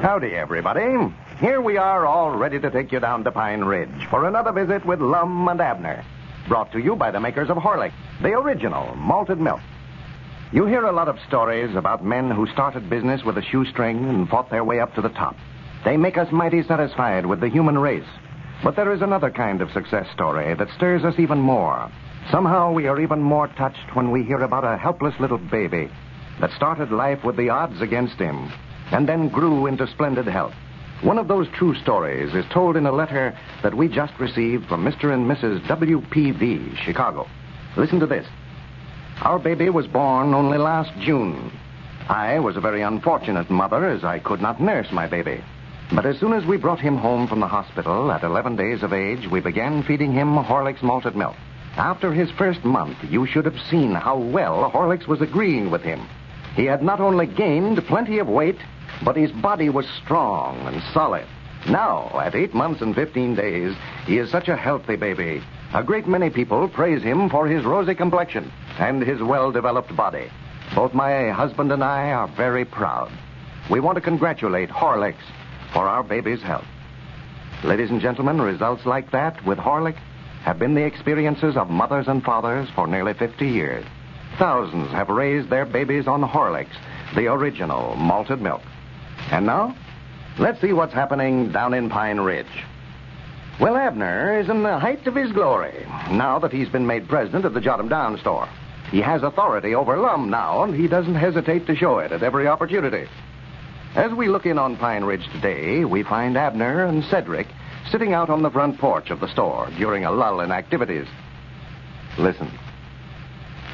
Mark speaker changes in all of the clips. Speaker 1: Howdy, everybody. Here we are, all ready to take you down to Pine Ridge for another visit with Lum and Abner. Brought to you by the makers of Horlick, the original malted milk. You hear a lot of stories about men who started business with a shoestring and fought their way up to the top. They make us mighty satisfied with the human race. But there is another kind of success story that stirs us even more. Somehow we are even more touched when we hear about a helpless little baby that started life with the odds against him and then grew into splendid health. One of those true stories is told in a letter that we just received from Mr. and Mrs. W.P.V., Chicago. Listen to this. Our baby was born only last June. I was a very unfortunate mother as I could not nurse my baby. But as soon as we brought him home from the hospital at 11 days of age, we began feeding him Horlick's malted milk. After his first month, you should have seen how well Horlick's was agreeing with him. He had not only gained plenty of weight, but his body was strong and solid. Now, at eight months and 15 days, he is such a healthy baby. A great many people praise him for his rosy complexion and his well developed body. Both my husband and I are very proud. We want to congratulate Horlicks for our baby's health. Ladies and gentlemen, results like that with Horlick have been the experiences of mothers and fathers for nearly 50 years. Thousands have raised their babies on Horlicks, the original malted milk. And now, let's see what's happening down in Pine Ridge. Well, Abner is in the height of his glory now that he's been made president of the Jot 'em Down store. He has authority over Lum now, and he doesn't hesitate to show it at every opportunity. As we look in on Pine Ridge today, we find Abner and Cedric sitting out on the front porch of the store during a lull in activities. Listen.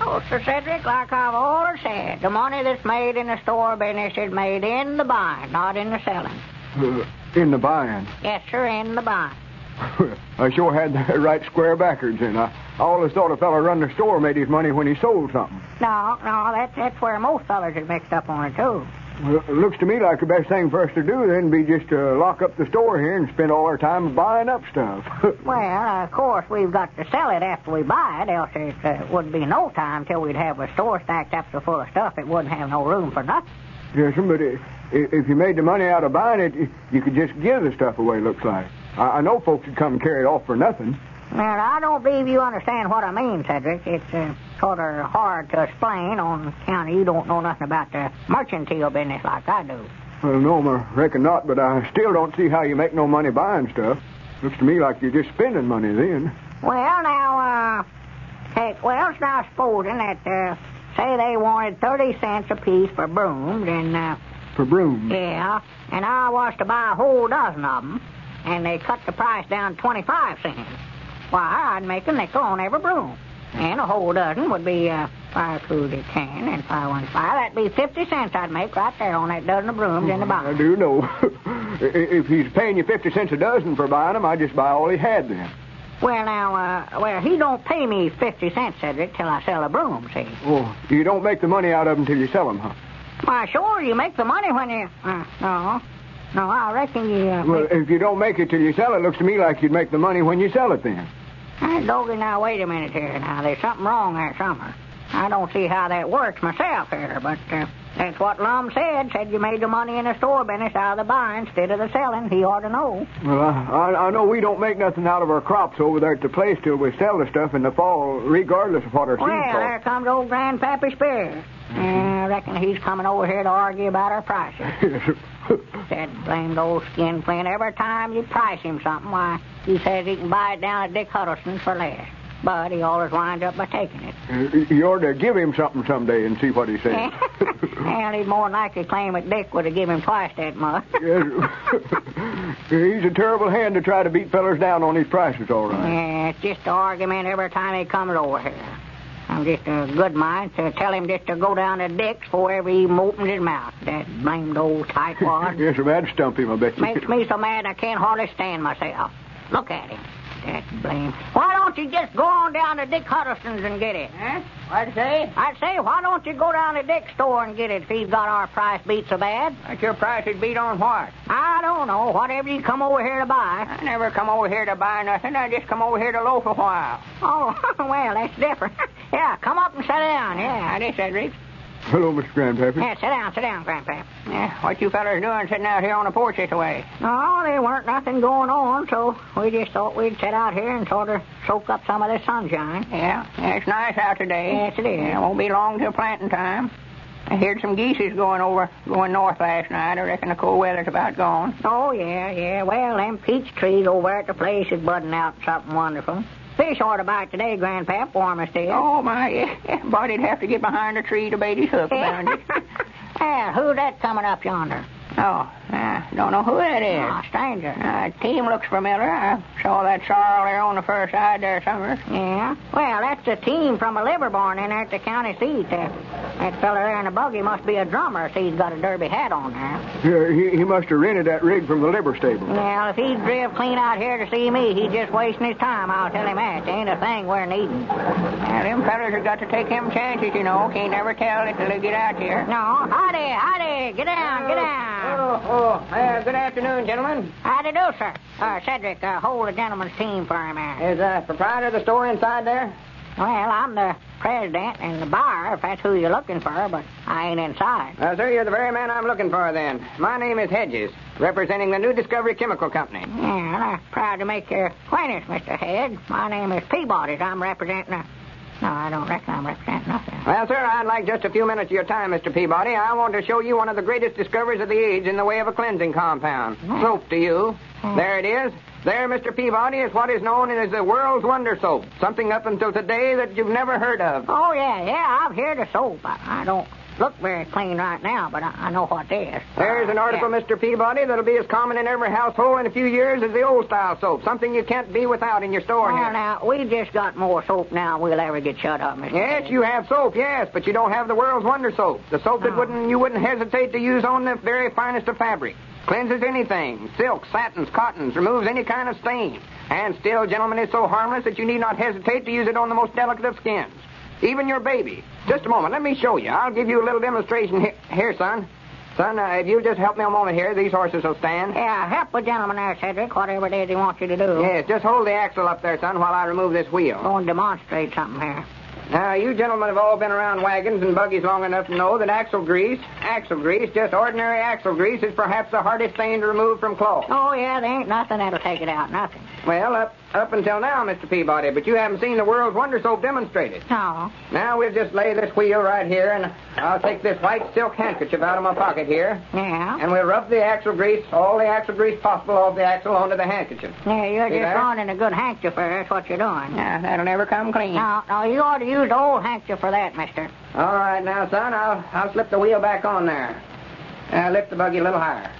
Speaker 2: Oh, Sir Cedric, like I've always said, the money that's made in the store business is made in the buying, not in the selling.
Speaker 3: Uh, in the buying.
Speaker 2: Yes, sir, in the buying.
Speaker 3: I sure had the right square backwards, and I I always thought a fella run the store made his money when he sold something.
Speaker 2: No, no, that, that's where most fellas is mixed up on it, too.
Speaker 3: Well, it looks to me like the best thing for us to do then be just to lock up the store here and spend all our time buying up stuff.
Speaker 2: Well, of course, we've got to sell it after we buy it, else it uh, would be no time till we'd have a store stacked up so full of stuff it wouldn't have no room for nothing.
Speaker 3: yes, sir, but if, if you made the money out of buying it, you- you could just give the stuff away, looks like. I, I know folks would come and carry it off for nothing.
Speaker 2: Now, I don't believe you understand what I mean, Cedric. It's uh, sort of hard to explain on account of you don't know nothing about the mercantile business like I do.
Speaker 3: Well, no, I reckon not, but I still don't see how you make no money buying stuff. Looks to me like you're just spending money then.
Speaker 2: Well, now, uh, heck, well, it's now supposing that, uh, say they wanted 30 cents apiece for brooms, and, uh,
Speaker 3: For brooms.
Speaker 2: yeah, and I was to buy a whole dozen of them, and they cut the price down 25 cents. Why, I'd make a nickel on every broom. And a whole dozen would be, uh, five two to ten and five one five. That'd be 50 cents I'd make right there on that dozen of brooms in the
Speaker 3: I
Speaker 2: box.
Speaker 3: do know. I- if he's paying you 50 cents a dozen for buying them, I'd just buy all he had then.
Speaker 2: Well, now, uh, well, he don't pay me 50 cents, Cedric, till I sell a broom, see?
Speaker 3: Oh, you don't make the money out of them till you sell them, huh?
Speaker 2: Why, sure, you make the money when you. Uh, no. No, I reckon you. Uh,
Speaker 3: Well,
Speaker 2: make...
Speaker 3: if you don't make it till you sell it, looks to me like you'd make the money when you sell it then.
Speaker 2: Hey, Doggy, now, wait a minute here. Now, there's something wrong there somewhere. I don't see how that works myself here, but uh, that's what Lum said. Said you made the money in the store business out of the buying instead of the selling. He ought to know.
Speaker 3: Well, I, I, I know we don't make nothing out of our crops over there at the place till we sell the stuff in the fall, regardless of what our
Speaker 2: Well,
Speaker 3: seed
Speaker 2: there
Speaker 3: costs.
Speaker 2: comes old Grandpappy Spears.
Speaker 3: Mm-hmm.
Speaker 2: Yeah, I reckon he's coming over here to argue about our prices. That blamed old skin flint. Every time you price him something, why, he says he can buy it down at Dick Huddleston's for less. But he always winds up by taking it.
Speaker 3: you ought to give him something someday and see what he says.
Speaker 2: and he'd more than likely claim that Dick would have given him twice that much.
Speaker 3: Yes. He's a terrible hand to try to beat fellers down on his prices, all right.
Speaker 2: yeah, it's just an argument every time he comes over here. I'm just a good mind to tell him just to go down to Dick's before ever he even opens his mouth. That blamed old tightwad.
Speaker 3: Yes, sir, that'd stump him, I bet you.
Speaker 2: Makes me so mad I can't hardly stand myself. Look at him. That blame. Why don't you just go on down to Dick Huddleston's and get it?
Speaker 4: Hmm?
Speaker 2: Huh? What'd you say? I'd say, why don't you go down to Dick's store and get it if he's got our price beat so bad?
Speaker 4: Like your price is beat on what?
Speaker 2: I don't know. Whatever you come over here to buy.
Speaker 4: I never come over here to buy nothing. I just come over here to loaf a while.
Speaker 2: Oh, well, that's different. yeah, come up and sit down. Yeah.
Speaker 4: Howdy, Cedric.
Speaker 3: Hello, Mr. Grandpappy.
Speaker 2: Yeah, sit down, sit down, Grandpa.
Speaker 4: Yeah, what you fellers doing sitting out here on the porch this way?
Speaker 2: No, there weren't nothing going on, so we just thought we'd sit out here and sort of soak up some of the sunshine.
Speaker 4: Yeah, yeah, it's nice out today.
Speaker 2: Yes, it is.
Speaker 4: Yeah, won't be long till planting time. I heard some geese is going over, going north last night. I reckon the cool weather's about gone.
Speaker 2: Oh, yeah, yeah. Well, them peach trees over at the place is budding out something wonderful. Fish order bite today, Grandpap, warmest is.
Speaker 4: Oh, my, yeah. Buddy'd have to get behind a tree to bait his hook around it.
Speaker 2: yeah, who's that coming up yonder?
Speaker 4: Oh, I don't know who that is.
Speaker 2: Ah, stranger.
Speaker 4: Uh, team looks familiar. I saw that sorrel there on the first side there somewhere.
Speaker 2: Yeah. Well, that's the team from a Liverborn in there at the county seat. Uh, that fella there in the buggy must be a drummer if he's got a derby hat on there.
Speaker 3: Yeah, he, he must have rented that rig from the liver stable.
Speaker 2: Well, if he driv clean out here to see me, he's just wasting his time. I'll tell him that. There ain't a thing we're needing.
Speaker 4: Now, them fellas have got to take them chances, you know. Can't never tell until they get out here.
Speaker 2: No, howdy, howdy. Get down, get down.
Speaker 4: Oh, oh, uh, good afternoon, gentlemen.
Speaker 2: Howdy do, sir. Uh, Cedric, uh, hold the gentleman's team for a minute.
Speaker 4: Is the proprietor of the store inside there?
Speaker 2: Well, I'm the president and the buyer, if that's who you're looking for, but I ain't inside.
Speaker 4: Uh, sir, you're the very man I'm looking for, then. My name is Hedges, representing the New Discovery Chemical Company.
Speaker 2: Yeah, and I'm proud to make your acquaintance, Mr. Head. My name is Peabody. I'm representing a... No, I don't reckon I'm representing nothing.
Speaker 4: Well, sir, I'd like just a few minutes of your time, Mr. Peabody. I want to show you one of the greatest discoveries of the age in the way of a cleansing compound. Soap to you. There it is. There, Mr. Peabody, is what is known as the world's wonder soap. Something up until today that you've never heard of.
Speaker 2: Oh, yeah, yeah, I've heard of soap. I, I don't look very clean right now, but I, I know what it is.
Speaker 4: There's an
Speaker 2: Uh,
Speaker 4: article,
Speaker 2: yeah.
Speaker 4: Mr. Peabody, that'll be as common in every household in a few years as the old style soap. Something you can't be without in your store
Speaker 2: Well,
Speaker 4: here.
Speaker 2: now, we've just got more soap now we'll ever get shut up, Mr.
Speaker 4: Yes,
Speaker 2: Head.
Speaker 4: you have soap, yes, but you don't have the world's wonder soap. The soap that wouldn't you wouldn't hesitate to use on the very finest of fabric. Cleanses anything. Silks, satins, cottons, removes any kind of stain. And still, gentlemen, it's so harmless that you need not hesitate to use it on the most delicate of skins. Even your baby. Just a moment, let me show you. I'll give you a little demonstration here, here son. Son, uh, if you'll just help me a moment here, these horses will stand.
Speaker 2: Yeah, help the gentleman there, Cedric, whatever it is he wants you to do.
Speaker 4: Yes, just hold the axle up there, son, while I remove this wheel.
Speaker 2: Go and demonstrate something here.
Speaker 4: Now, you gentlemen have all been around wagons and buggies long enough to know that axle grease, axle grease, just ordinary axle grease, is perhaps the hardest thing to remove from cloth.
Speaker 2: Oh, yeah, there ain't nothing that'll take it out, nothing.
Speaker 4: Well, up, up until now, Mr. Peabody, but you haven't seen the world's wonder soap demonstrated.
Speaker 2: No.
Speaker 4: Now, we'll just lay this wheel right here, and I'll take this white silk handkerchief out of my pocket here,
Speaker 2: Yeah.
Speaker 4: and we'll rub the axle grease, all the axle grease possible off the axle onto the handkerchief.
Speaker 2: Yeah, you're
Speaker 4: See
Speaker 2: just
Speaker 4: there?
Speaker 2: running a good handkerchief, there, that's what you're doing.
Speaker 4: Yeah, that'll never come clean.
Speaker 2: Now, now, you ought to use the old handkerchief for that, mister.
Speaker 4: All right, now, son, I'll, I'll slip the wheel back on there. Uh, lift the buggy a little higher.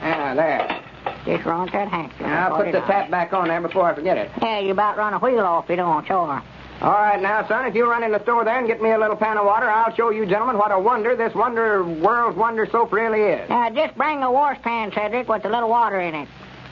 Speaker 4: Ah, there.
Speaker 2: Just run that handkerchief.
Speaker 4: Now, I'll
Speaker 2: Put
Speaker 4: put
Speaker 2: it
Speaker 4: the
Speaker 2: on.
Speaker 4: tap back on there before I forget it.
Speaker 2: Yeah, you about run a wheel off, you don't, sure.
Speaker 4: All right, now, son, if you run in the store there and get me a little pan of water, I'll show you gentlemen what a wonder this wonder, world's wonder soap really is.
Speaker 2: Now, just bring a washpan, Cedric, with a little water in it.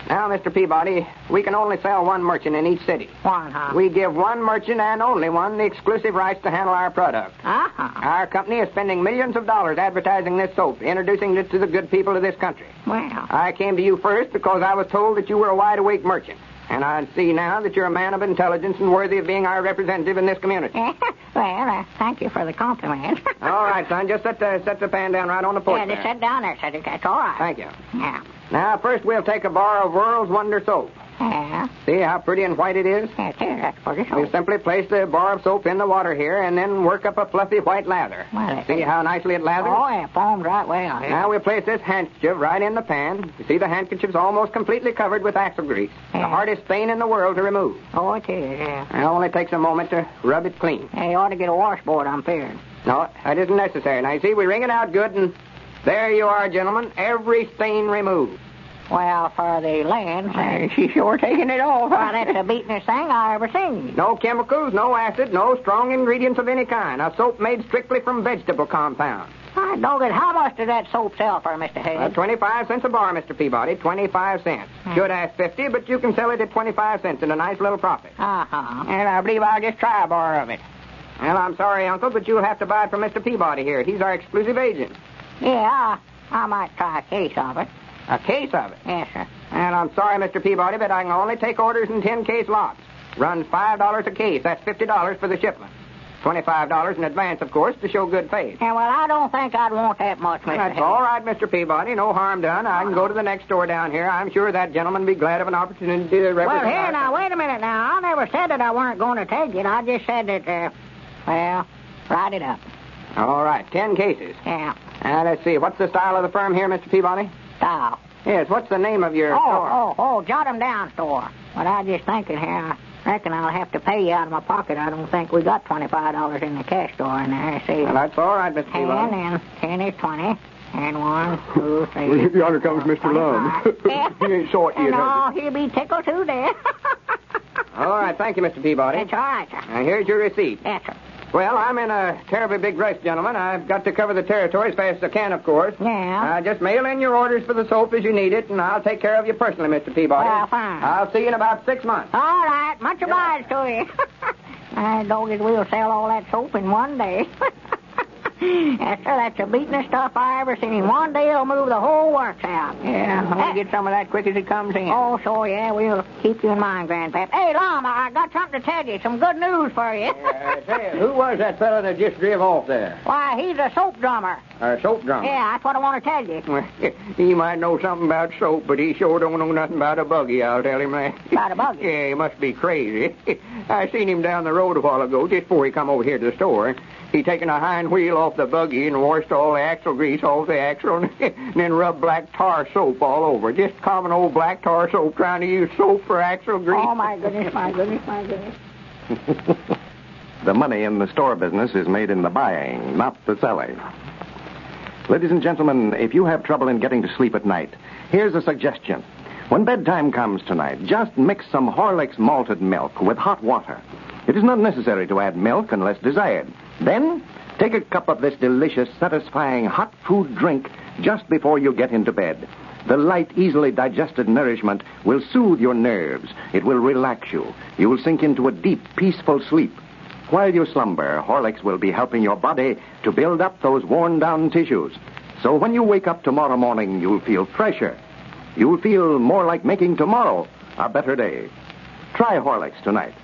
Speaker 4: Now, Mr. Peabody, we can only sell one merchant in each city.
Speaker 2: One, huh?
Speaker 4: We give one merchant and only one the exclusive rights to handle our product.
Speaker 2: Uh-huh.
Speaker 4: Our company is spending millions of dollars advertising this soap, introducing it to the good people of this country.
Speaker 2: Well,
Speaker 4: I came to you first because I was told that you were a wide awake merchant. And I see now that you're a man of intelligence and worthy of being our representative in this community.
Speaker 2: well, uh, thank you for the compliment.
Speaker 4: All right, son, just set the, set the pan down right on the porch.
Speaker 2: Yeah, just
Speaker 4: there.
Speaker 2: sit down there, Cedric. That's all right.
Speaker 4: Thank you.
Speaker 2: Yeah.
Speaker 4: Now, first we'll take a bar of World's Wonder soap.
Speaker 2: Yeah.
Speaker 4: See how pretty and white it is?
Speaker 2: That's it. That's pretty
Speaker 4: We'll
Speaker 2: soap.
Speaker 4: simply place the bar of soap in the water here and then work up a fluffy white lather.
Speaker 2: Well, it-
Speaker 4: see how nicely it lathers?
Speaker 2: Oh, yeah, foamed right well.
Speaker 4: Now we'll place this handkerchief right in the pan. You see, the handkerchief's almost completely covered with axle grease, the
Speaker 2: Yeah.
Speaker 4: hardest stain in the world to remove.
Speaker 2: Oh, it is, yeah.
Speaker 4: It only takes a moment to rub it clean.
Speaker 2: Yeah, you ought to get a washboard, I'm fearing.
Speaker 4: No, that isn't necessary. Now, you see, we wring it out good, and there you are, gentlemen. Every stain removed.
Speaker 2: Well, for the land,
Speaker 4: Hey,
Speaker 2: say,
Speaker 4: she's sure taking it all.
Speaker 2: why, that's the beatenest thing I ever seen.
Speaker 4: No chemicals, no acid, no strong ingredients of any kind. A soap made strictly from vegetable compound.
Speaker 2: I dog it. How much did that soap sell for, Mr.
Speaker 4: Uh,
Speaker 2: Hayes?
Speaker 4: 25 cents a bar, Mr. Peabody. 25 cents. Should ask 50, but you can sell it at 25 cents and a nice little profit.
Speaker 2: Uh-huh.
Speaker 4: And I believe I'll just try a bar of it. Well, I'm sorry, Uncle, but you'll have to buy it from Mr. Peabody here. He's our exclusive agent.
Speaker 2: Yeah, I, I might try a case of it.
Speaker 4: A case of it.
Speaker 2: Yes, sir.
Speaker 4: And I'm sorry, Mr. Peabody, but I can only take orders in 10 case lots. Runs $5 a case. That's $50 for the shipment. $25 in advance, of course, to show good faith.
Speaker 2: Yeah, well, I don't think I'd want that much, Mr.
Speaker 4: That's
Speaker 2: Hill.
Speaker 4: all right, Mr. Peabody. No harm done. I can go to the next store down here. I'm sure that gentleman would be glad of an opportunity to
Speaker 2: Well,
Speaker 4: represent.
Speaker 2: here
Speaker 4: our-
Speaker 2: now, wait a minute now. I never said that I weren't going to take it. I just said that, uh, well, write it up.
Speaker 4: All right, ten cases.
Speaker 2: Yeah,
Speaker 4: Now, let's see. What's the style of the firm here, Mr. Peabody?
Speaker 2: style.
Speaker 4: Yes, what's the name of your store?
Speaker 2: Oh, oh, oh, jot 'em down, store. But I just thinking here, I reckon I'll have to pay you out of my pocket. I don't think we got $25 in the cash store in there. See,
Speaker 4: Well, that's all right,
Speaker 2: 10
Speaker 4: Mr. Peabody.
Speaker 2: and 10 is 20. And one, two,
Speaker 3: Well,
Speaker 2: three.
Speaker 3: yonder comes
Speaker 2: four,
Speaker 3: Mr. Lum.
Speaker 2: twenty-five.
Speaker 3: He ain't short yet,
Speaker 2: And,
Speaker 3: has
Speaker 2: Oh, he'll be tickled too, there.
Speaker 4: All right, thank you, Mr. Peabody.
Speaker 2: That's all right, sir.
Speaker 4: Now, here's your receipt.
Speaker 2: Yes, sir.
Speaker 4: Well, I'm in a terribly big rush, gentlemen. I've got to cover the territory as fast as I can, of course.
Speaker 2: Yeah.
Speaker 4: Uh, just mail in your orders for the soap as you need it, and I'll take care of you personally, Mr. Peabody.
Speaker 2: Well, fine.
Speaker 4: I'll see you in about six months.
Speaker 2: all right. Much obliged to you. I don't think we'll sell all that soap in one day. yes, sir, that's the beatingest stuff I ever seen. One day it'll move the whole works out.
Speaker 4: Yeah,
Speaker 2: Hey,
Speaker 4: we'll get some of that quick as it comes in.
Speaker 2: Oh, sure, yeah, we'll keep you in mind, Grandpap. Hey, Llama, I got something to tell you. Some good news for you.
Speaker 4: Uh, say, who was that fellow that just drove off there?
Speaker 2: Why, he's a soap drummer.
Speaker 4: Our soap
Speaker 3: Uh-huh.
Speaker 4: drummer.
Speaker 2: Yeah, that's what I want to tell you.
Speaker 4: Well, he might know something about soap, but he sure don't know nothing about a buggy, I'll tell him that.
Speaker 2: About a buggy?
Speaker 4: yeah, he must be crazy. I seen him down the road a while ago, just before he come over here to the store. He taken a hind wheel off the buggy and washed all the axle grease off the axle and then rubbed black tar soap all over. Just common old black tar soap, trying to use soap for axle grease.
Speaker 2: Oh, my goodness, my goodness, my goodness.
Speaker 1: The money in the store business is made in the buying, not the selling. Ladies and gentlemen, if you have trouble in getting to sleep at night, here's a suggestion. When bedtime comes tonight, just mix some Horlick's malted milk with hot water. It is not necessary to add milk unless desired. Then, take a cup of this delicious, satisfying hot food drink just before you get into bed. The light, easily digested nourishment will soothe your nerves. It will relax you. You will sink into a deep, peaceful sleep. While you slumber, Horlicks will be helping your body to build up those worn down tissues. So when you wake up tomorrow morning, you'll feel fresher. You'll feel more like making tomorrow a better day. Try Horlicks tonight.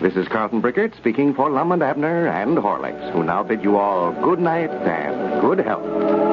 Speaker 1: This is Carlton Brickert speaking for Lum and Abner and Horlicks, who now bid you all good night and good health.